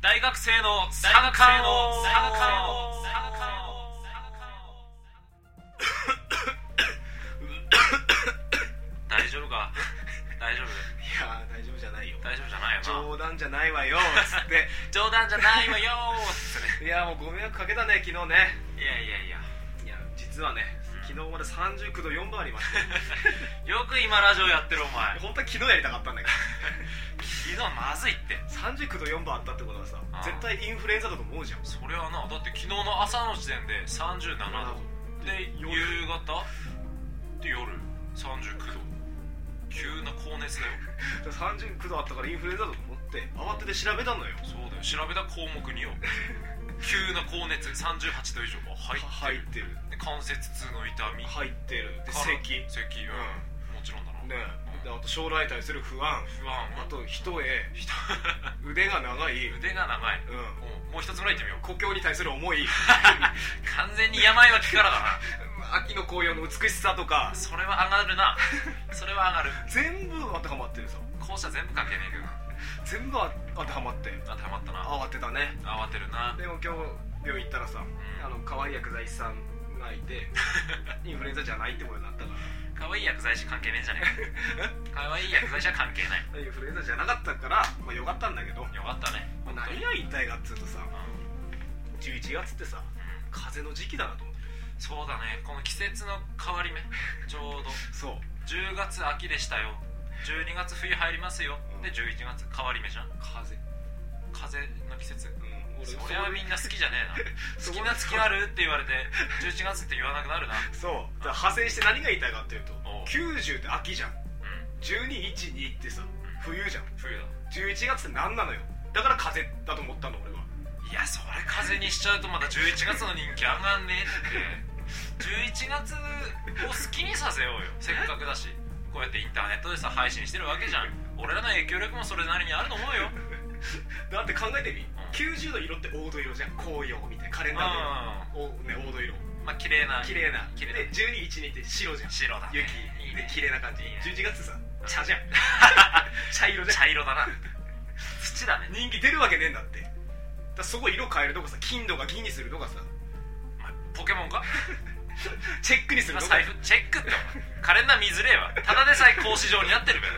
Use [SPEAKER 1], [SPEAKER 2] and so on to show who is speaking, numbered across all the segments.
[SPEAKER 1] 大学生の三
[SPEAKER 2] 学生
[SPEAKER 1] 冠
[SPEAKER 2] の
[SPEAKER 1] 王
[SPEAKER 2] 三
[SPEAKER 1] 三
[SPEAKER 2] 冠
[SPEAKER 1] 冠
[SPEAKER 2] 王
[SPEAKER 1] 王
[SPEAKER 2] 三冠王
[SPEAKER 1] 大丈夫か大丈夫
[SPEAKER 2] いやー大丈夫じゃないよ
[SPEAKER 1] 大丈夫じゃないよな
[SPEAKER 2] 冗談じゃないわよつっ
[SPEAKER 1] 冗談じゃないわよーって
[SPEAKER 2] ていやーもうご迷惑かけたね昨日ね
[SPEAKER 1] ねいやいやいや
[SPEAKER 2] いや実はね昨日まで39度4分あり ました
[SPEAKER 1] よく今ラジオやってるお前
[SPEAKER 2] 本当は昨日やりたかったんだけ
[SPEAKER 1] ひどいまずいって
[SPEAKER 2] ど39度4分あったってことはさ
[SPEAKER 1] あー
[SPEAKER 2] 絶対インフルエンザだと思うじゃん
[SPEAKER 1] それはなだって昨日の朝の時点で37度で夕
[SPEAKER 2] 夜
[SPEAKER 1] 方で夜39度急な高熱だよ
[SPEAKER 2] 39度あったからインフルエンザだと思って慌てて調べたのよ
[SPEAKER 1] そうだよ調べた項目によ急な高熱38度以上も入ってる
[SPEAKER 2] 入ってる
[SPEAKER 1] で関節痛の痛み
[SPEAKER 2] 入ってるで
[SPEAKER 1] から
[SPEAKER 2] 咳ね
[SPEAKER 1] 咳うんもちろんだな、
[SPEAKER 2] であと将来に対する不安
[SPEAKER 1] 不安
[SPEAKER 2] あ
[SPEAKER 1] は
[SPEAKER 2] と一重腕が長い、う ん、
[SPEAKER 1] 腕が長いうんもう一つぐらい行ってみよう
[SPEAKER 2] 故郷に対する思い
[SPEAKER 1] 完全に病は気からだな
[SPEAKER 2] 秋の紅葉の美しさとか
[SPEAKER 1] それは上がるなそれは上がる
[SPEAKER 2] 全部当てはまってるさ
[SPEAKER 1] 校舎全部関係ねえけど
[SPEAKER 2] 全部あ当てはまって
[SPEAKER 1] 当てはまったな
[SPEAKER 2] 慌てたね
[SPEAKER 1] 慌てるな
[SPEAKER 2] でも今日病院行ったらさ、
[SPEAKER 1] ん
[SPEAKER 2] あの可愛い薬剤師さんがい てインフルエンザじゃないってことになったか
[SPEAKER 1] 可愛い薬剤師関係ねえんじゃねえか可愛い薬剤師は関係ない
[SPEAKER 2] らインフルエンザじゃなかったから、まあ、よかったんだけど
[SPEAKER 1] よかったね本当
[SPEAKER 2] 何
[SPEAKER 1] に
[SPEAKER 2] が言いたいかっつうとさ
[SPEAKER 1] うん
[SPEAKER 2] 11月ってさ風邪の時期だなと思って
[SPEAKER 1] そうだねこの季節の変 わり目ちょうど
[SPEAKER 2] そう
[SPEAKER 1] 10月秋でしたよ12月冬入りますよで11月変わり目じゃん
[SPEAKER 2] 風邪
[SPEAKER 1] 風の季節
[SPEAKER 2] うん俺
[SPEAKER 1] そ
[SPEAKER 2] そ
[SPEAKER 1] りゃ
[SPEAKER 2] れ
[SPEAKER 1] みんな好きじゃねえな
[SPEAKER 2] そ
[SPEAKER 1] 好
[SPEAKER 2] こ
[SPEAKER 1] きな月あるって言わ れて11月って言わなくなるな
[SPEAKER 2] そうだから派生して何が言いたいかっていうと
[SPEAKER 1] おう
[SPEAKER 2] 90って秋じゃん
[SPEAKER 1] うん
[SPEAKER 2] 1212ってさ冬じゃん
[SPEAKER 1] 冬だ
[SPEAKER 2] 11月って何なのよだから風邪だと思ったの俺はい
[SPEAKER 1] やそれ風にしちゃうとまた11月の人気上がんねえって11月を好きにさせようよせっかくだしこうやってインターネットでさ配信してるわけじゃん俺らの影響力もそれなりにあると思う よ
[SPEAKER 2] だって考えてみ、90の色って黄土色じゃん紅葉みたいなカレン
[SPEAKER 1] うん
[SPEAKER 2] ダーで、おね、黄土色
[SPEAKER 1] まあ綺麗な
[SPEAKER 2] 綺麗な
[SPEAKER 1] 綺麗
[SPEAKER 2] で1212って白じゃん
[SPEAKER 1] 白だね
[SPEAKER 2] 雪
[SPEAKER 1] いい
[SPEAKER 2] で
[SPEAKER 1] ね
[SPEAKER 2] 綺麗な感じ
[SPEAKER 1] いいね
[SPEAKER 2] 11月さ茶じゃん茶色じゃん
[SPEAKER 1] 茶色 だな土だね
[SPEAKER 2] 人気出るわけねえんだってだからそこ色変えるとかさ金とか銀にするとかさ
[SPEAKER 1] お前ポケモンか
[SPEAKER 2] チェックにする
[SPEAKER 1] 今
[SPEAKER 2] とか
[SPEAKER 1] 財布チェックってお前カレンダー見づれえわただでさえ格子状になってるべ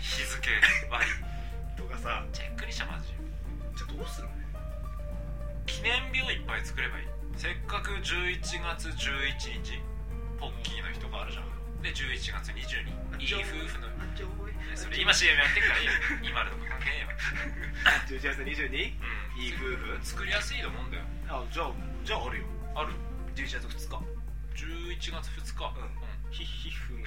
[SPEAKER 1] 日付割り
[SPEAKER 2] とかさ
[SPEAKER 1] チェックにしちゃマジ
[SPEAKER 2] じゃあどうするの
[SPEAKER 1] 記念日をいっぱい作ればいいせっかく11月11日ポッキーの日とかあるじゃんで11月22いい夫婦の
[SPEAKER 2] あちょーい
[SPEAKER 1] ねそれ今 CM やってっからいいよ今のとか関係ねえわ
[SPEAKER 2] 11月 22? い
[SPEAKER 1] うん
[SPEAKER 2] い夫婦
[SPEAKER 1] 作りやすいと思うんだよ
[SPEAKER 2] あじゃあじゃああるよ
[SPEAKER 1] ある
[SPEAKER 2] 11月2日
[SPEAKER 1] 11月2日、
[SPEAKER 2] うん
[SPEAKER 1] う
[SPEAKER 2] ヒヒフの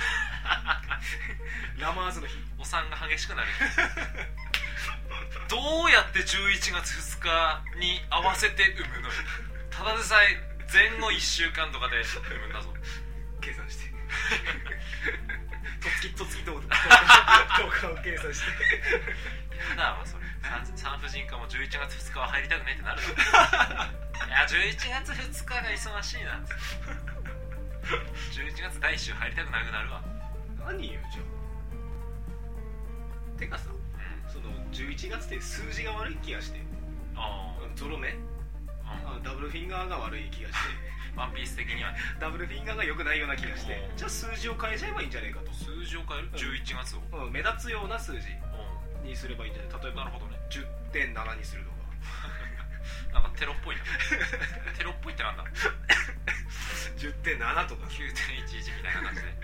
[SPEAKER 2] ラマーズの日
[SPEAKER 1] んお産が激しくなるどうやって11月2日に合わせて産むのよただでさえ前後1週間とかで産むんだぞ
[SPEAKER 2] 計算してとつきとつき動画動画を計算して
[SPEAKER 1] やだわそれ産産婦人科も11月2日は入りたくねえってなるぞいや11月2日が忙しいな11月第1週入りたくなくなるわ
[SPEAKER 2] 何よじゃあてかさ
[SPEAKER 1] うん
[SPEAKER 2] その11月って数字が悪い気がして
[SPEAKER 1] あー
[SPEAKER 2] ゾロ目
[SPEAKER 1] う
[SPEAKER 2] あダブルフィンガーが悪い気がして
[SPEAKER 1] ん ワンピース的にはね
[SPEAKER 2] ダブルフィンガーが良くないような気がして
[SPEAKER 1] うん
[SPEAKER 2] じゃあ数字を変えちゃえばいいんじゃねえかと、
[SPEAKER 1] 数字を変える11月を、
[SPEAKER 2] うん、目立つような数字
[SPEAKER 1] う
[SPEAKER 2] にすればいいんじゃない例え
[SPEAKER 1] ん、な
[SPEAKER 2] ば
[SPEAKER 1] るほどね
[SPEAKER 2] 10.7にするとか
[SPEAKER 1] なんかテロっぽいなテロっぽいってなんだ
[SPEAKER 2] 10.7とか
[SPEAKER 1] 9.11みたいな感 じで、ま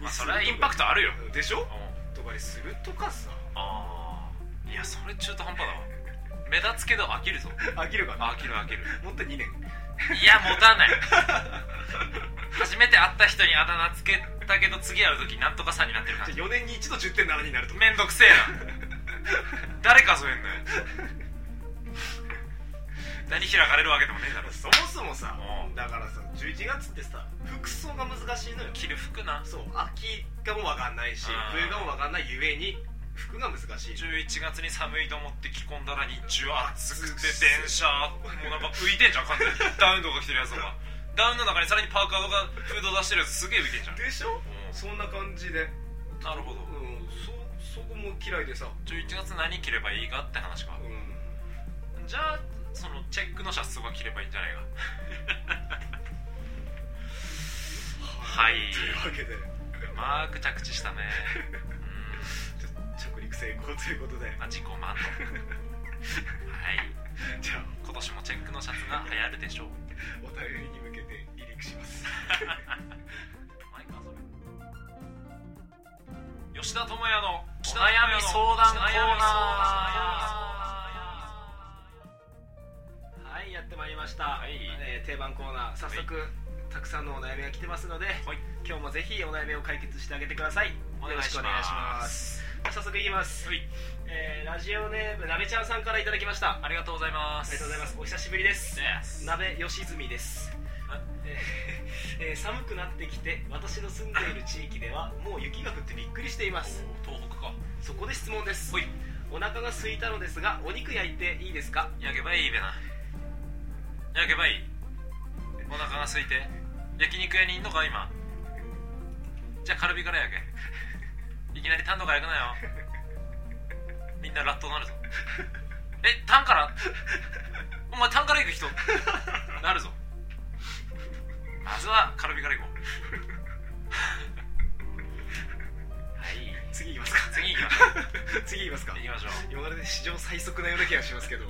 [SPEAKER 1] あ、
[SPEAKER 2] にす
[SPEAKER 1] そ
[SPEAKER 2] る
[SPEAKER 1] れ
[SPEAKER 2] とか
[SPEAKER 1] はインパクトあるよ、
[SPEAKER 2] でしょ
[SPEAKER 1] うん
[SPEAKER 2] とかにするとかさ
[SPEAKER 1] ああいやそれ中途半端だわ目立つけど飽きるぞ
[SPEAKER 2] 飽きるかな
[SPEAKER 1] 飽きる飽きる
[SPEAKER 2] もっと2年
[SPEAKER 1] いや持 たない初めて会った人にあだ名つけたけど次会う時なんとかさんになってる感じ
[SPEAKER 2] じゃあ4年に一度10.7になると
[SPEAKER 1] めんどくせえ な誰数えんの よ何開かれるわけでもねえだろ
[SPEAKER 2] そもそもさ
[SPEAKER 1] うん
[SPEAKER 2] だからさ11月ってさ服装が難しいのよ
[SPEAKER 1] 着る服な
[SPEAKER 2] そう秋がもう分かんないし
[SPEAKER 1] あー
[SPEAKER 2] 冬がもう分かんないゆえに服が難しい
[SPEAKER 1] 11月に寒いと思って着込んだら日中暑くて電車もうなんか浮いてんじゃん完全にダウンとか着てるやつとかダウンの中にさらにパーカーとかフード出してるやつすげえ浮いてんじゃん
[SPEAKER 2] でしょ
[SPEAKER 1] うん
[SPEAKER 2] そんな感じで
[SPEAKER 1] なるほど
[SPEAKER 2] うん、そそこも嫌いでさ、
[SPEAKER 1] 11月何着ればいいかって話か
[SPEAKER 2] う、ん、
[SPEAKER 1] じゃあそのチェックのシャツとか着ればいいんじゃないかはい
[SPEAKER 2] というわけで
[SPEAKER 1] うまーく着地したねう
[SPEAKER 2] ちょ着陸成功ということで
[SPEAKER 1] んまあ自己満足はい
[SPEAKER 2] じゃあ
[SPEAKER 1] 今年もチェックのシャツが流行るでしょう
[SPEAKER 2] お便りに向けて離陸します
[SPEAKER 1] マイク遊べ吉田智也のお悩み相談コーナ
[SPEAKER 2] はいやってまいりました、
[SPEAKER 1] はい
[SPEAKER 2] えー定番コーナー早速、たくさんのお悩みが来てますので、
[SPEAKER 1] はい
[SPEAKER 2] 今日もぜひお悩みを解決してあげてください
[SPEAKER 1] ー
[SPEAKER 2] よろしくお願いします早速いきます、
[SPEAKER 1] はい
[SPEAKER 2] えーラジオネームなべちゃんさんからいただきましたあ
[SPEAKER 1] ありがとうございます
[SPEAKER 2] りがとうございますお久しぶりです
[SPEAKER 1] す
[SPEAKER 2] なべよしずみです
[SPEAKER 1] あ
[SPEAKER 2] えーえー寒くなってきて私の住んでいる地域ではもう雪が降ってびっくりしています
[SPEAKER 1] 東北か
[SPEAKER 2] そこで質問です
[SPEAKER 1] ほい
[SPEAKER 2] お腹が空いたのですがお肉焼いていいですか
[SPEAKER 1] 焼けばいいべな焼けばいいお腹が空いて焼肉屋にいんのか今じゃあカルビから焼けいきなりタンとか焼くなよみんなラットなるぞえタンからお前タンから行く人なるぞまずはカルビから行こうはい
[SPEAKER 2] 次いきますか
[SPEAKER 1] 次行きましょ
[SPEAKER 2] 次いきますか
[SPEAKER 1] う行きましょう
[SPEAKER 2] 今までで史上最速なような気がしま すけど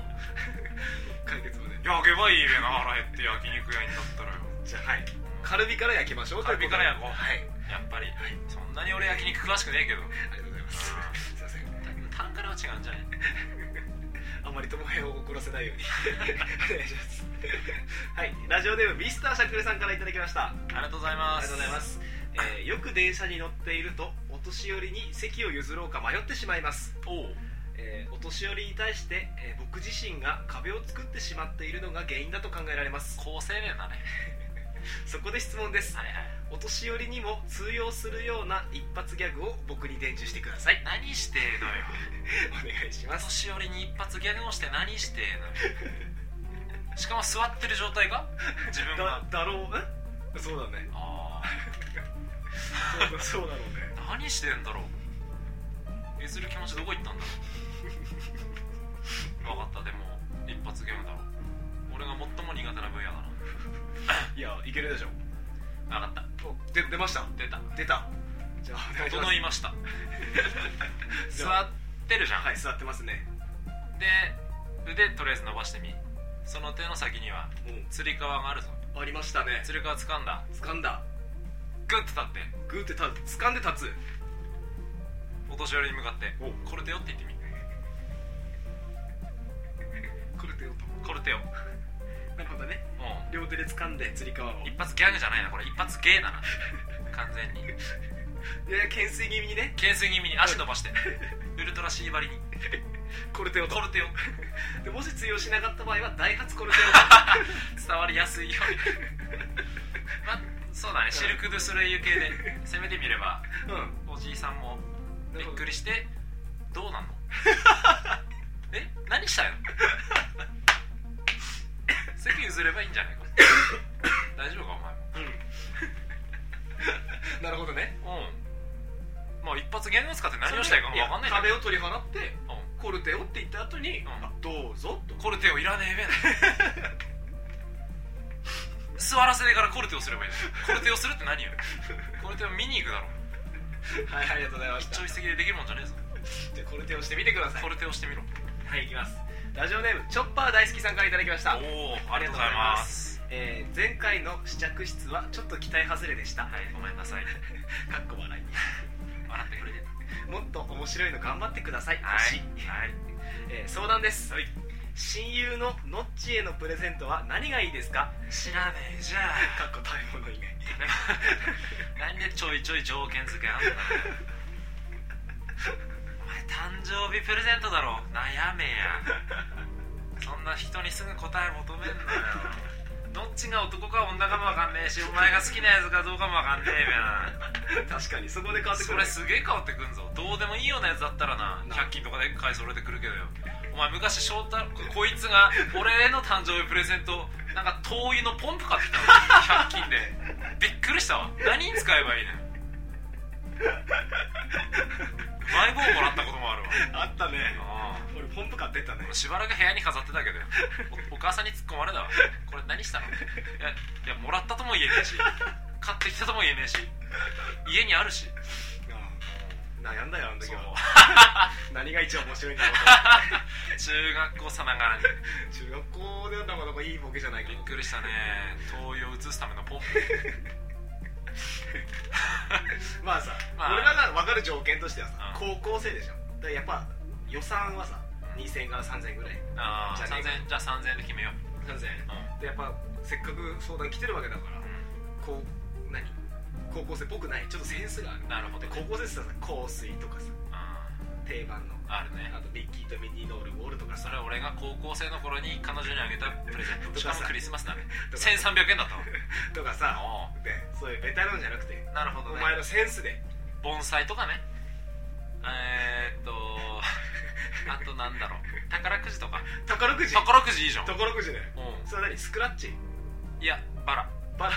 [SPEAKER 2] 解決まで
[SPEAKER 1] 焼けばいいべな腹減って焼肉屋になったらよ
[SPEAKER 2] じゃあはいカルビから焼きましょう
[SPEAKER 1] カルビから焼こう
[SPEAKER 2] はい
[SPEAKER 1] やっぱり、そんなに俺焼肉詳しくねえけど
[SPEAKER 2] ありがとうございます
[SPEAKER 1] あ
[SPEAKER 2] すいません
[SPEAKER 1] タンからは違うんじゃない
[SPEAKER 2] あんまり友平を怒らせないようにお願いしますはいラジオネームミスターシャクレさんからいただきました
[SPEAKER 1] ありがとうございま
[SPEAKER 2] あり
[SPEAKER 1] す
[SPEAKER 2] がとうございます、えーよく電車に乗っているとお年寄りに席を譲ろうか迷ってしまいます、
[SPEAKER 1] おう
[SPEAKER 2] えーお年寄りに対して、えー僕自身が壁を作ってしまっているのが原因だと考えられます
[SPEAKER 1] 好青年だね
[SPEAKER 2] そこで質問です
[SPEAKER 1] はいはい
[SPEAKER 2] お年寄りにも通用するような一発ギャグを僕に伝授してください
[SPEAKER 1] 何してえのよ
[SPEAKER 2] お願いします
[SPEAKER 1] 年寄りに一発ギャグをして何して えのよしかも座ってる状態が自分が
[SPEAKER 2] だだろうえそうだ ね
[SPEAKER 1] あ
[SPEAKER 2] そうだそうだろうね
[SPEAKER 1] あ何してんだろう譲る気持ちどこ行ったんだ ろう分かったでも一発ギャグだろう俺が最も苦手な分野だ
[SPEAKER 2] いやいけるでしょ
[SPEAKER 1] な分かっ
[SPEAKER 2] おで出ました
[SPEAKER 1] た出た
[SPEAKER 2] 出たじゃあお願いしま
[SPEAKER 1] 整いま した
[SPEAKER 2] す
[SPEAKER 1] 座
[SPEAKER 2] 座
[SPEAKER 1] ってるじゃん、
[SPEAKER 2] はい座ってますね
[SPEAKER 1] で腕とりあえず伸ばしてみその手の先には
[SPEAKER 2] も
[SPEAKER 1] つり革があるぞ
[SPEAKER 2] うありましたね
[SPEAKER 1] つり革掴んだ
[SPEAKER 2] 掴んだ
[SPEAKER 1] グッと立って
[SPEAKER 2] グーってた掴んで立つ
[SPEAKER 1] お年寄りに向かって
[SPEAKER 2] お
[SPEAKER 1] 「コルテオ」って言ってみ
[SPEAKER 2] くるてよ
[SPEAKER 1] コルテオう
[SPEAKER 2] となるほどね
[SPEAKER 1] ん
[SPEAKER 2] 両手で掴んでつり革を
[SPEAKER 1] 一発ギャグじゃないなこれ一発ゲーだ な完全に
[SPEAKER 2] いや懸垂気味にね
[SPEAKER 1] 懸垂気味に足伸ばしてウルトラシーバリに
[SPEAKER 2] コルテオと
[SPEAKER 1] コルテオ
[SPEAKER 2] でもし通用しなかった場合はダイハツコルテ
[SPEAKER 1] 伝わりやすい ようにまあそうだねシルク・ドゥ・スレイユ系で攻めてみれば
[SPEAKER 2] オ とうん
[SPEAKER 1] おじいさんもびっく
[SPEAKER 2] り
[SPEAKER 1] りしてどうなん のえ何 したよ席譲ればいいんじゃないか大丈夫かお
[SPEAKER 2] うん なるほどね
[SPEAKER 1] 前もうんまあ一発ゲームを使って何をしたいかも分かんないんだけ
[SPEAKER 2] 壁
[SPEAKER 1] ど
[SPEAKER 2] を取り払って
[SPEAKER 1] う
[SPEAKER 2] コルテオって言った後に
[SPEAKER 1] ん
[SPEAKER 2] あどうぞと
[SPEAKER 1] んコルテをいらねえべ座らせてからコルテをすればいいじゃんコルテをするって何よコルテを見に行くだろ
[SPEAKER 2] はいありがとうございま
[SPEAKER 1] 一
[SPEAKER 2] した
[SPEAKER 1] 朝一夕でできるもんじゃねえぞ
[SPEAKER 2] じゃあコルテオしてみてください
[SPEAKER 1] コルテをしてみろ
[SPEAKER 2] はいいきますラジオネームチョッパー大好きさんからいただきました
[SPEAKER 1] おおありがとうございます
[SPEAKER 2] えー前回の試着室はちょっと期待外れでしたか
[SPEAKER 1] はいごめんなさい
[SPEAKER 2] っこ笑
[SPEAKER 1] 笑ってくれて
[SPEAKER 2] いもっと面白いの頑張ってください、
[SPEAKER 1] はい
[SPEAKER 2] 星
[SPEAKER 1] はい
[SPEAKER 2] えー相談です、
[SPEAKER 1] はい
[SPEAKER 2] 親友のノッチへのプレゼントは何がいいですか
[SPEAKER 1] 知らねえじゃ
[SPEAKER 2] かっこ食べ物以外
[SPEAKER 1] んなんでちょいちょい条件付けあんだよお前誕生日プレゼントだろ悩めやそんな人にすぐ答え求めんなよどっちが男か女かもわかんねえしお前が好きなやつかどうかもわかんねえべな
[SPEAKER 2] 確かにそこで変わってく
[SPEAKER 1] そ
[SPEAKER 2] るね
[SPEAKER 1] れすげえ変わってくんぞどうでもいいようなやつだったらな
[SPEAKER 2] な
[SPEAKER 1] 100均とかで買い揃えてくるけどよお前昔翔太こいつが俺への誕生日プレゼントなんか灯油のポンプ買ってきたの100均でびっくりしたわ何に使えばいいのよ
[SPEAKER 2] ったね
[SPEAKER 1] ああ
[SPEAKER 2] 俺ポンプ買ってったね
[SPEAKER 1] しばらく部屋に飾ってたけどおお母さんに突っ込まれたわこれ何したのいやいやもらったとも言えねえし買ってきたとも言えねえし家にあるし
[SPEAKER 2] ああ悩んだよあの時
[SPEAKER 1] そう
[SPEAKER 2] は何が一番面白いんだろう
[SPEAKER 1] 中学校さながらに
[SPEAKER 2] と中学校ではなかなかいいボケじゃないか
[SPEAKER 1] びっ
[SPEAKER 2] な
[SPEAKER 1] くりしたね灯油を移すためのポンプ
[SPEAKER 2] まあさ、
[SPEAKER 1] まあ
[SPEAKER 2] 俺らが分かる条件としてはさ、
[SPEAKER 1] う
[SPEAKER 2] 高校生でしょだからやっぱ予算はさ
[SPEAKER 1] うん
[SPEAKER 2] 2000円から3000円ぐらい
[SPEAKER 1] あ
[SPEAKER 2] じ
[SPEAKER 1] あ
[SPEAKER 2] ゃあね
[SPEAKER 1] 3000じゃあ3000円で決めよう
[SPEAKER 2] 3000円でやっぱせっかく相談来てるわけだから
[SPEAKER 1] う
[SPEAKER 2] こう何高校生っぽくないちょっとセンスがある
[SPEAKER 1] んなるほど
[SPEAKER 2] で
[SPEAKER 1] ね
[SPEAKER 2] 高校生ってさ香水とかさ
[SPEAKER 1] あ
[SPEAKER 2] 定番の
[SPEAKER 1] あるね
[SPEAKER 2] あとビッキーとミニノールウォールとか
[SPEAKER 1] そ
[SPEAKER 2] さ
[SPEAKER 1] れは俺が高校生の頃に彼女にあげたプレゼントしかもクリスマスだね
[SPEAKER 2] とか
[SPEAKER 1] 1300円だったわ
[SPEAKER 2] とかさ
[SPEAKER 1] あ
[SPEAKER 2] でそういうベタなんじゃなくて
[SPEAKER 1] あなるほ
[SPEAKER 2] お
[SPEAKER 1] どね
[SPEAKER 2] 前のセンスで
[SPEAKER 1] 盆栽とかねえー、っと あとなんだろう宝くじとか
[SPEAKER 2] 宝くじ
[SPEAKER 1] 宝くじいいじゃんう
[SPEAKER 2] 宝くじね
[SPEAKER 1] ん
[SPEAKER 2] それは何スクラッチ
[SPEAKER 1] いやバラ
[SPEAKER 2] バラ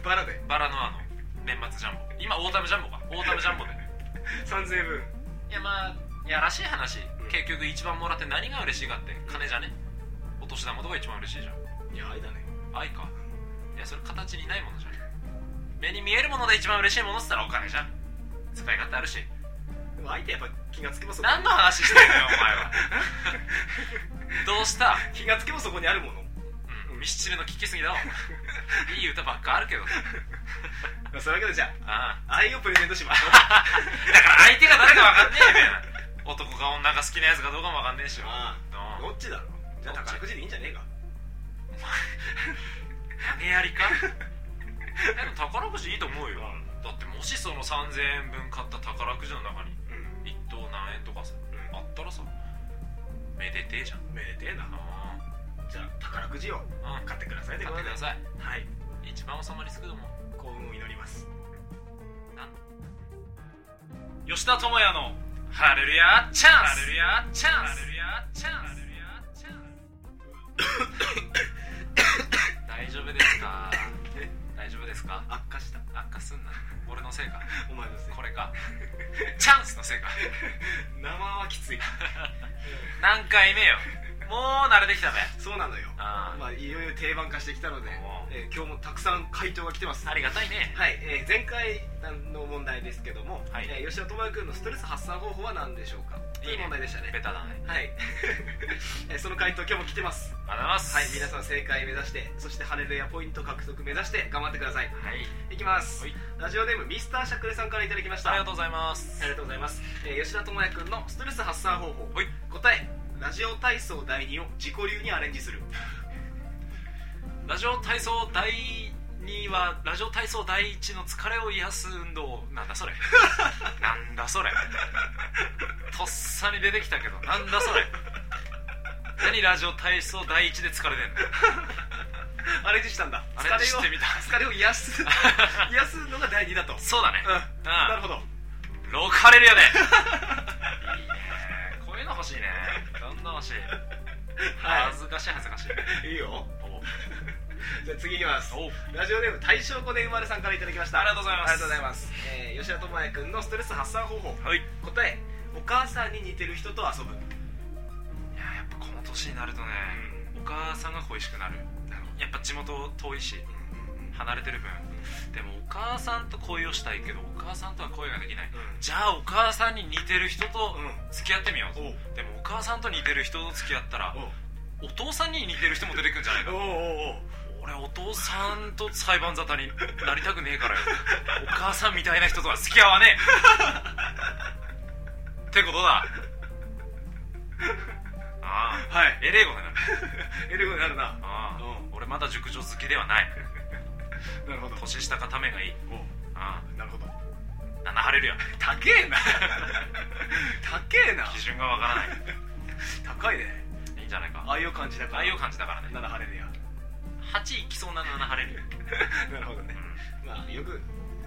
[SPEAKER 2] バラで
[SPEAKER 1] バラのあの年末ジャンボ今オータムジャンボかオータムジャンボで
[SPEAKER 2] 3000円分
[SPEAKER 1] いやまあいやらしい話、
[SPEAKER 2] ん
[SPEAKER 1] 結局一番もらって何が嬉しいかって金じゃねお年玉とか一番嬉しいじゃん
[SPEAKER 2] いや愛だね
[SPEAKER 1] 愛かいやそれ形にないものじゃん目に見えるもので一番嬉しいものっつったらお金じゃん使い勝手あるし
[SPEAKER 2] でも相手やっぱ気がつけばそこ
[SPEAKER 1] 何の話してんのよお前はどうした
[SPEAKER 2] 気がつけばそこにあるもの
[SPEAKER 1] うんミスチルの聴きすぎだわいい歌ばっかあるけど
[SPEAKER 2] まあそういうわけでじゃ
[SPEAKER 1] ああ
[SPEAKER 2] あ愛をプレゼントしましょう
[SPEAKER 1] だから相手が誰か分かんねえみたいな男か女が好きなやつかどうかも分かんねえしよ
[SPEAKER 2] ああ
[SPEAKER 1] うん
[SPEAKER 2] どっちだろうじゃあ
[SPEAKER 1] どっち
[SPEAKER 2] 宝くじでいいんじゃねえか
[SPEAKER 1] 投げやりか でも宝くじいいと思うよ
[SPEAKER 2] う
[SPEAKER 1] だってもしその3000円分買った宝くじの中に
[SPEAKER 2] ん
[SPEAKER 1] 1等何円とかさあったらさめでてえじゃん
[SPEAKER 2] めでてえな
[SPEAKER 1] あ
[SPEAKER 2] じゃあ宝くじを
[SPEAKER 1] あうん買
[SPEAKER 2] 買ってくださいってこ
[SPEAKER 1] っ
[SPEAKER 2] と
[SPEAKER 1] て
[SPEAKER 2] で
[SPEAKER 1] ください
[SPEAKER 2] はい
[SPEAKER 1] 一番おさまりつくのも
[SPEAKER 2] 幸運を祈ります
[SPEAKER 1] 吉田智也のハレルヤチャンス
[SPEAKER 2] ハレル
[SPEAKER 1] ヤチャンスハレルヤチャンスハレルヤチャンス大丈夫ですか
[SPEAKER 2] え
[SPEAKER 1] 大丈夫ですか
[SPEAKER 2] 悪化した
[SPEAKER 1] 悪化すんな俺のせいか
[SPEAKER 2] お前のせい
[SPEAKER 1] これ かチャンスのせいか
[SPEAKER 2] 生はきつい
[SPEAKER 1] 何回目よもう慣れてきたべ
[SPEAKER 2] そうなのよ
[SPEAKER 1] あ
[SPEAKER 2] まあいろいろ定番化してきたので
[SPEAKER 1] おう、
[SPEAKER 2] えー今日もたくさん回答が来てます
[SPEAKER 1] あありがたいね
[SPEAKER 2] はい、えー前回の問題ですけども、
[SPEAKER 1] はい
[SPEAKER 2] えー吉田智也君のストレス発散方法は何でしょうかと
[SPEAKER 1] い
[SPEAKER 2] い
[SPEAKER 1] いうね
[SPEAKER 2] 問題でしたね
[SPEAKER 1] ベタだね
[SPEAKER 2] はい えーその回答今日も来てます
[SPEAKER 1] ありがとうございます
[SPEAKER 2] はい皆さん正解目指してそしてハレルヤポイント獲得目指して頑張ってください
[SPEAKER 1] はい
[SPEAKER 2] いきます、
[SPEAKER 1] はい
[SPEAKER 2] ラジオネームミスターシャクレさんからいただきました
[SPEAKER 1] ありがとうございます
[SPEAKER 2] ありがとうございます、えー吉田智也君のストレス発散方法
[SPEAKER 1] はい
[SPEAKER 2] 答えラジオ体操第2を自己流にアレンジする
[SPEAKER 1] ラジオ体操第2はラジオ体操第1の疲れを癒す運動なんだそれなんだそれとっさに出てきたけどなんだそれ何ラジオ体操第1で疲れてんの
[SPEAKER 2] アレンジしたんだ
[SPEAKER 1] アレンジして
[SPEAKER 2] 疲れ
[SPEAKER 1] みた
[SPEAKER 2] を疲れを癒す 癒すのが第2だとうん
[SPEAKER 1] そうだね
[SPEAKER 2] なるほど
[SPEAKER 1] うんローカレルやでいいねこういうの欲しいねどんな欲しい
[SPEAKER 2] は
[SPEAKER 1] 恥ずかしい恥ずかしい
[SPEAKER 2] いいいよ
[SPEAKER 1] お
[SPEAKER 2] じゃあ次いきます
[SPEAKER 1] お
[SPEAKER 2] ラジオネーム大正5年生まれさんからいただきました
[SPEAKER 1] ありがとうございます
[SPEAKER 2] ありがとうございます、えー吉田智也君のストレス発散方法
[SPEAKER 1] はいいや
[SPEAKER 2] 答えお母さんに似てる人と遊ぶ
[SPEAKER 1] やっぱこの年になるとね、お母さんが恋しくなる
[SPEAKER 2] なるほ
[SPEAKER 1] やっぱ地元遠いし
[SPEAKER 2] どうん
[SPEAKER 1] 離れてる分でもお母さんと恋をしたいけどお母さんとは恋ができない
[SPEAKER 2] うん
[SPEAKER 1] じゃあお母さんに似てる人と
[SPEAKER 2] う
[SPEAKER 1] 付き合ってみよう、
[SPEAKER 2] んおう
[SPEAKER 1] でもお母さんと似てる人と付き合ったら
[SPEAKER 2] お
[SPEAKER 1] お
[SPEAKER 2] う
[SPEAKER 1] 父さんに似てる人も出てくるんじゃない
[SPEAKER 2] お
[SPEAKER 1] か
[SPEAKER 2] うおうおう
[SPEAKER 1] 俺お父さんと裁判沙汰になりたくねえからよお母さんみたいな人とは付き合わねえってことだああ
[SPEAKER 2] はい
[SPEAKER 1] えれえことになる
[SPEAKER 2] エレゴになるな
[SPEAKER 1] ああ
[SPEAKER 2] う
[SPEAKER 1] 俺まだ熟女好きではない
[SPEAKER 2] なるほど
[SPEAKER 1] 年下かためがいい
[SPEAKER 2] おう
[SPEAKER 1] あ
[SPEAKER 2] なるほど
[SPEAKER 1] あ七晴れるや
[SPEAKER 2] 高 えな高えな
[SPEAKER 1] 基準がわからない
[SPEAKER 2] 高いね
[SPEAKER 1] いいんじゃないか
[SPEAKER 2] 愛を感じだから
[SPEAKER 1] 愛を感じだからね
[SPEAKER 2] なら晴れるや
[SPEAKER 1] 8いきそうな7晴れる、
[SPEAKER 2] なるほどねまあよく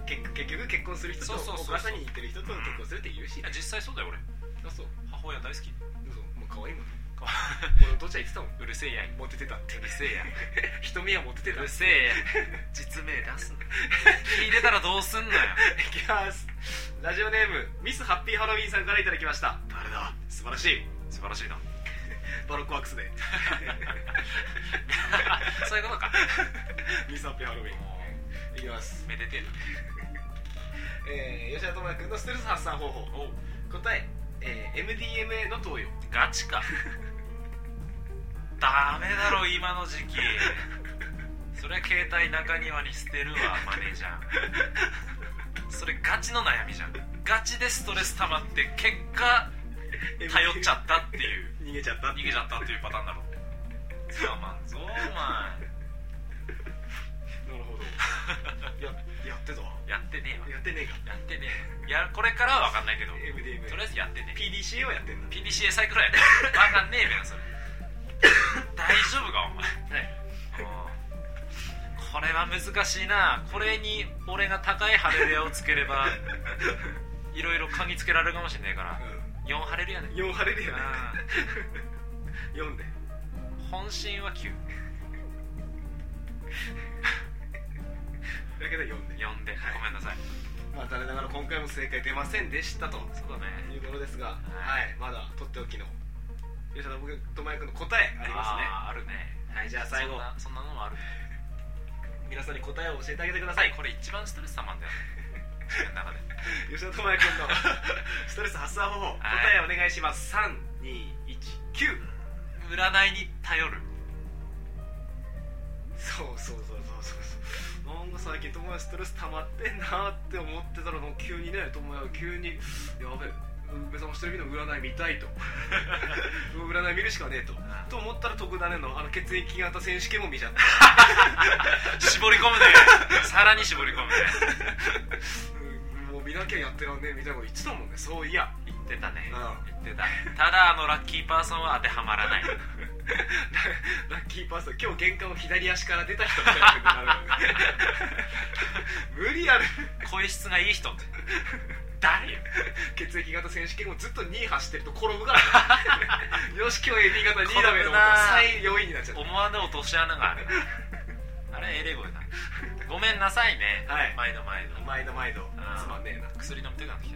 [SPEAKER 2] 結結局結婚する人と
[SPEAKER 1] そうそうそうそう
[SPEAKER 2] お母さんに似てる人と結婚するって言うし
[SPEAKER 1] いや実際そうだよ俺
[SPEAKER 2] あそう
[SPEAKER 1] 母親大好き
[SPEAKER 2] 嘘もう可愛いもん
[SPEAKER 1] か
[SPEAKER 2] 俺お父ちゃん言ってたもん
[SPEAKER 1] うるせえやいう
[SPEAKER 2] モテてたって
[SPEAKER 1] るせえ やう
[SPEAKER 2] 瞳はモテてた
[SPEAKER 1] る せえや実名出すな聞いてたらどうすんのよ
[SPEAKER 2] いきますラジオネームミスハッピーハロウィンさんからいただきました
[SPEAKER 1] 誰だ
[SPEAKER 2] 素晴らしい
[SPEAKER 1] 素晴らし いな
[SPEAKER 2] バロックワーク スで
[SPEAKER 1] そういうことか
[SPEAKER 2] ミスハッピーハロウィ
[SPEAKER 1] も
[SPEAKER 2] ンいきます
[SPEAKER 1] うめでてる
[SPEAKER 2] えー、吉田智也君のストレス発散方法
[SPEAKER 1] おう
[SPEAKER 2] 答ええー MDMA の投与
[SPEAKER 1] ガチかダメだろ今の時期それは携帯中庭に捨てるわマネージャーそれガチの悩みじゃんガチでストレス溜まって結果 頼っちゃったっていう
[SPEAKER 2] 逃げちゃった
[SPEAKER 1] 逃げちゃったっていうパターンだろつままんぞお前
[SPEAKER 2] なるほ どややってたわ
[SPEAKER 1] やってねえわ
[SPEAKER 2] やってねえか
[SPEAKER 1] やってねえやこれからは分かんないけど
[SPEAKER 2] MDMA
[SPEAKER 1] とりあえずやってね
[SPEAKER 2] PDCA はやってんだ
[SPEAKER 1] PDCA サイクルや ね分かんねえべなそれ大丈夫かお前
[SPEAKER 2] はい
[SPEAKER 1] うんこれは難しいなこれに俺が高いハレルヤをつけれ ばいろいろ嗅ぎつけられるかもしれないから4ハレルヤね
[SPEAKER 2] 4晴れるよね
[SPEAKER 1] う
[SPEAKER 2] 4で
[SPEAKER 1] ん本心は94
[SPEAKER 2] だけど4で
[SPEAKER 1] で
[SPEAKER 2] はい
[SPEAKER 1] ごめんなさい
[SPEAKER 2] まあ残念ながら今回も正解出ませんでしたと
[SPEAKER 1] そうだね
[SPEAKER 2] いうことですがはいいまだとっておきの吉田智也君の答えありますね
[SPEAKER 1] あーあるね
[SPEAKER 2] はいじゃあ最後
[SPEAKER 1] そんなそんなのもある
[SPEAKER 2] 皆さんに答えを教えてあげてください
[SPEAKER 1] これ一番ストレス溜まんだ よね自分の中で
[SPEAKER 2] 吉田智也 君のストレス発散方法答えお願いします3219
[SPEAKER 1] 占いに頼 る
[SPEAKER 2] そうそうそうそうそうそうなんか最近友達ストレス溜まってんなって思ってたらなんか急にね友達が急に「やべえ梅沢一人の占い見たい」と 「占い見るしかねえと」と思ったら特ダネのあの血液型選手権も見ちゃった
[SPEAKER 1] 絞り込むねさらに絞り込むね
[SPEAKER 2] うんもう見なきゃやってらんねえみたいなこと言ってたもんねそういや
[SPEAKER 1] 言ってたね
[SPEAKER 2] うん
[SPEAKER 1] 言ってたただあのラッキーパーソンは当てはまら ない
[SPEAKER 2] ララッキーパーソン今日玄関を左足から出た人みたいなことになるよね 無理やる
[SPEAKER 1] 声質がいい人って誰よ
[SPEAKER 2] 血液型選手権もずっと2位走ってると転ぶからね よし今日 AB 型2位だめと思ったら3位4位になっちゃった
[SPEAKER 1] 思わぬ落とし穴があるあれエレゴだごめんなさいね、
[SPEAKER 2] はい
[SPEAKER 1] 毎度毎度
[SPEAKER 2] 毎度毎度
[SPEAKER 1] ん
[SPEAKER 2] つまんねえな
[SPEAKER 1] 薬飲みたくなってき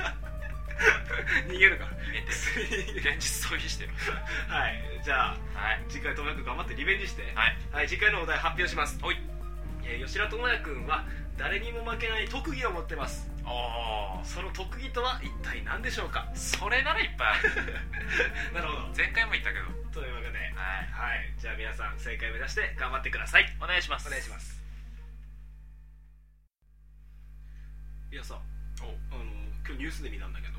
[SPEAKER 1] た
[SPEAKER 2] 逃げるから
[SPEAKER 1] 逃げて現実逃避してる
[SPEAKER 2] はいじゃあ
[SPEAKER 1] はい
[SPEAKER 2] 次回ともやくん頑張ってリベンジして
[SPEAKER 1] はい
[SPEAKER 2] はい次回のお題発表します
[SPEAKER 1] おい
[SPEAKER 2] えー吉田智也くんは誰にも負けない特技を持ってます
[SPEAKER 1] お
[SPEAKER 2] その特技とは一体何でしょうか
[SPEAKER 1] ーそれならいっぱいある
[SPEAKER 2] なるほど
[SPEAKER 1] 前回も言ったけど
[SPEAKER 2] というわけで
[SPEAKER 1] はい
[SPEAKER 2] はいじゃあ皆さん正解目指して頑張ってください
[SPEAKER 1] お願いします
[SPEAKER 2] お願いしますいやさ
[SPEAKER 1] お
[SPEAKER 2] あの今日ニュースで見たんだけど、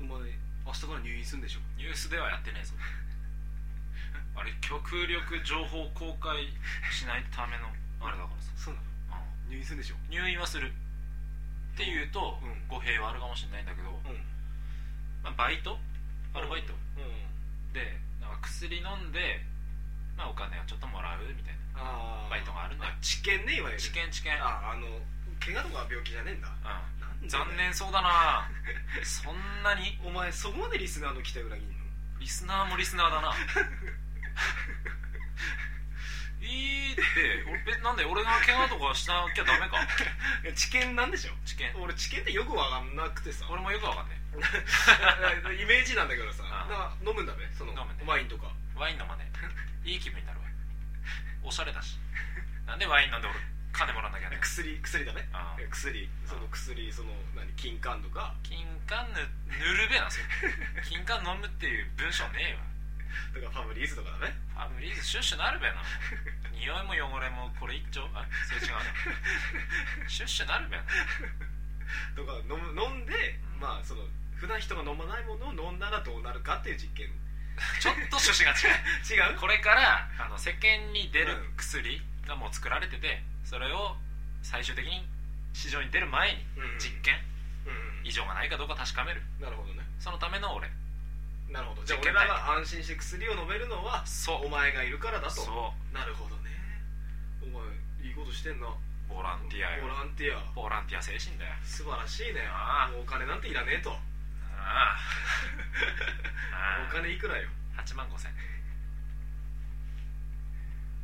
[SPEAKER 2] お前明日から入院するんでしょ
[SPEAKER 1] ニュースではやってねえぞあれ極力情報公開しないためのあれだからさ
[SPEAKER 2] そうなの
[SPEAKER 1] う
[SPEAKER 2] 入院するんでしょ
[SPEAKER 1] ん入院はするっていうと、
[SPEAKER 2] うん
[SPEAKER 1] 語弊はあるかもしれないんだけど、
[SPEAKER 2] うん
[SPEAKER 1] まあ、バイトアルバイト
[SPEAKER 2] うん
[SPEAKER 1] でなんか薬飲んで、まあ、お金をちょっともらうみたいな
[SPEAKER 2] あー
[SPEAKER 1] バイトがあるんだよ
[SPEAKER 2] 治験ねいわゆる
[SPEAKER 1] 治験治験う
[SPEAKER 2] ああの怪我とかは病気じゃねえんだ
[SPEAKER 1] ん
[SPEAKER 2] なんで
[SPEAKER 1] 残念そうだなそんなに
[SPEAKER 2] お前そこまでリスナーの期待裏切んの
[SPEAKER 1] リスナーもリスナー だないいって俺えなんで俺が怪我とかしなきゃダメか
[SPEAKER 2] いや治験なんでしょ
[SPEAKER 1] 治験
[SPEAKER 2] 俺治験ってよくわかんなくてさ
[SPEAKER 1] 俺もよくわかんねえ
[SPEAKER 2] イメージなんだけどさ
[SPEAKER 1] あ
[SPEAKER 2] な飲むんだべその
[SPEAKER 1] 飲むね
[SPEAKER 2] ワインとか
[SPEAKER 1] ワイン飲まねえいい気分になるわおしゃれだしなんでワイン飲んで俺金もらわなきゃね
[SPEAKER 2] 薬薬だね
[SPEAKER 1] ああ
[SPEAKER 2] 薬その薬その何金柑とか
[SPEAKER 1] 金柑ぬぬるべなそれ 金柑飲むっていう文章ねえわ
[SPEAKER 2] とかファブリーズとかだね
[SPEAKER 1] ファブリーズシュッシュなるべな匂いも汚れもこれ一丁あそれ違うなシュッシュなるべな
[SPEAKER 2] とか飲む飲んでまあその普段人が飲まないものを飲んだらどうなるかっていう実験
[SPEAKER 1] ちょっと趣旨が違う
[SPEAKER 2] 違う
[SPEAKER 1] これからあの世間に出る薬がもう作られててそれを最終的に市場に出る前に
[SPEAKER 2] うん
[SPEAKER 1] 実験
[SPEAKER 2] うん
[SPEAKER 1] 異常がないかどうか確かめる
[SPEAKER 2] なるほどね
[SPEAKER 1] そのための俺
[SPEAKER 2] なるほどじゃあ
[SPEAKER 1] 実
[SPEAKER 2] 俺
[SPEAKER 1] 験
[SPEAKER 2] ら
[SPEAKER 1] 体
[SPEAKER 2] が安心して薬を飲めるのは
[SPEAKER 1] そう
[SPEAKER 2] お前がいるからだと
[SPEAKER 1] そ
[SPEAKER 2] なるほどねお前いいことしてんな
[SPEAKER 1] うボランティア
[SPEAKER 2] ボ
[SPEAKER 1] よ
[SPEAKER 2] ランティア
[SPEAKER 1] ボランティア精神だよ
[SPEAKER 2] 素晴らしいね
[SPEAKER 1] ああ
[SPEAKER 2] もうお金なんていらねえと
[SPEAKER 1] ああ
[SPEAKER 2] お金いくらよ
[SPEAKER 1] 8万5千っ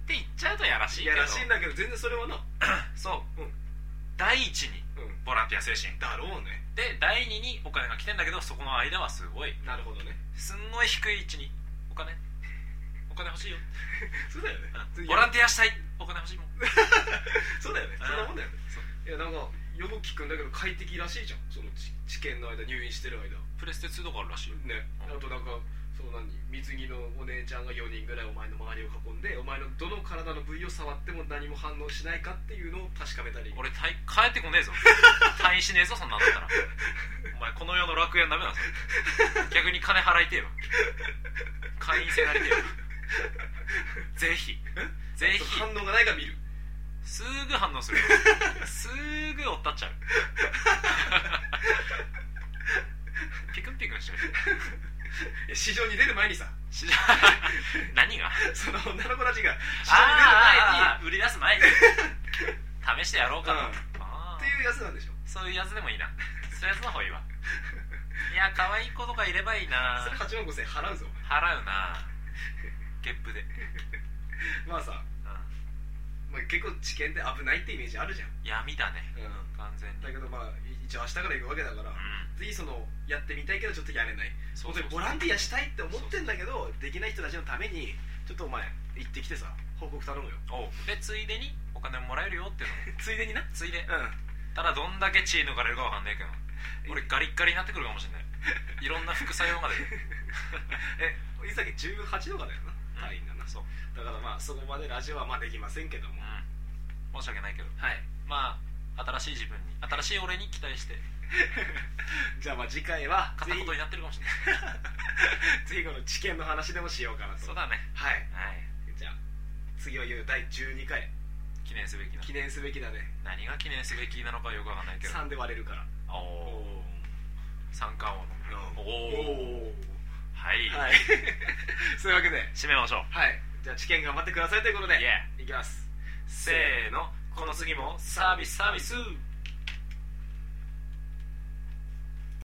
[SPEAKER 1] て言っちゃうとやらしい
[SPEAKER 2] い
[SPEAKER 1] けど
[SPEAKER 2] やらしいんだけど全然それはな
[SPEAKER 1] そう、
[SPEAKER 2] うん
[SPEAKER 1] 第一に
[SPEAKER 2] うん
[SPEAKER 1] ボランティア精神
[SPEAKER 2] だろうね
[SPEAKER 1] で第2にお金が来てんだけどそこの間はすごい
[SPEAKER 2] なるほどね
[SPEAKER 1] すんごい低い位置にお金お金欲しいよ、
[SPEAKER 2] そうだよね
[SPEAKER 1] うん
[SPEAKER 2] い
[SPEAKER 1] ボ
[SPEAKER 2] や
[SPEAKER 1] ランティアしたいお金欲しいもん
[SPEAKER 2] そうだよね
[SPEAKER 1] うん
[SPEAKER 2] そんなもんだよね
[SPEAKER 1] そう
[SPEAKER 2] いやなんかよく聞くんだけど快適らしいじゃんそのち治験の間入院してる間
[SPEAKER 1] プレステ2とかあるらしいよ
[SPEAKER 2] ね
[SPEAKER 1] うん
[SPEAKER 2] あとなんかそう何水着のお姉ちゃんが4人ぐらいお前の周りを囲んでお前のどの体の部位を触っても何も反応しないかっていうのを確かめたり
[SPEAKER 1] 俺退帰ってこねえぞ退院しねえぞそんなんだったらお前この世の楽園ダメだぞ逆に金払いてえわ会員制なりてえわぜひぜひ
[SPEAKER 2] 反応がないから見る
[SPEAKER 1] すぐ反応するよすぐ追ったっちゃうピクンピクンしちゃう
[SPEAKER 2] いや市場に出る前にさ
[SPEAKER 1] し何が
[SPEAKER 2] その女の子たちが市場に
[SPEAKER 1] あーあーあー売り出す前に試してやろうかな、
[SPEAKER 2] うん
[SPEAKER 1] あー
[SPEAKER 2] 出る前にっていうやつなんでしょ
[SPEAKER 1] そういうやつでもいいなそういうやつの方がいいわいや可愛い子とかいればいいな
[SPEAKER 2] それ8万5000円払うぞ
[SPEAKER 1] 払うなゲップで、
[SPEAKER 2] まあさ、
[SPEAKER 1] う
[SPEAKER 2] まあ、結構治験って危ないってイメージあるじゃん、
[SPEAKER 1] ん、闇だね
[SPEAKER 2] うん、
[SPEAKER 1] 完全
[SPEAKER 2] だ
[SPEAKER 1] に
[SPEAKER 2] けどまあい一応明日から行くわけだから、
[SPEAKER 1] うん
[SPEAKER 2] ぜひそのやってみたいけどちょっとやれない
[SPEAKER 1] そう
[SPEAKER 2] 本
[SPEAKER 1] そ
[SPEAKER 2] 当
[SPEAKER 1] うそう
[SPEAKER 2] にボランティアしたいって思ってんだけどできない人たちのためにちょっとお前行ってきてさ報告頼むよ
[SPEAKER 1] おうでついでにお金もらえるよっていうの
[SPEAKER 2] ついでにな
[SPEAKER 1] も ついで
[SPEAKER 2] う
[SPEAKER 1] ただどんだけ血抜かれるかわかんないけど俺ガリッガリになってくるかもし れないいろんな副作用まで
[SPEAKER 2] んえいさっき18度かだよな単位だな、
[SPEAKER 1] そう、
[SPEAKER 2] だからまあそこまでラジオはまあできませんけども、
[SPEAKER 1] うん、申し訳ないけど
[SPEAKER 2] はい
[SPEAKER 1] まあ新しい自分に新しい俺に期待して
[SPEAKER 2] じゃあまあ次回は
[SPEAKER 1] 片
[SPEAKER 2] ぜ
[SPEAKER 1] 言
[SPEAKER 2] ひ
[SPEAKER 1] になってるかもしれない
[SPEAKER 2] ぜひこの治験の話でもしようかなと
[SPEAKER 1] そうだね
[SPEAKER 2] はい
[SPEAKER 1] はい
[SPEAKER 2] じゃあ次はいよいよ第12回
[SPEAKER 1] 記念すべきな
[SPEAKER 2] 記念すべきだね
[SPEAKER 1] 何が記念すべきなのかよくわかんないけど
[SPEAKER 2] 3で割れるから
[SPEAKER 1] おお三冠王の
[SPEAKER 2] お
[SPEAKER 1] おお
[SPEAKER 2] お
[SPEAKER 1] はい、
[SPEAKER 2] はい そういうわけで
[SPEAKER 1] 締めましょう
[SPEAKER 2] はいじゃあ治験頑張ってくださいということで
[SPEAKER 1] イエ
[SPEAKER 2] いきます
[SPEAKER 1] せーのこの次もサービスサービス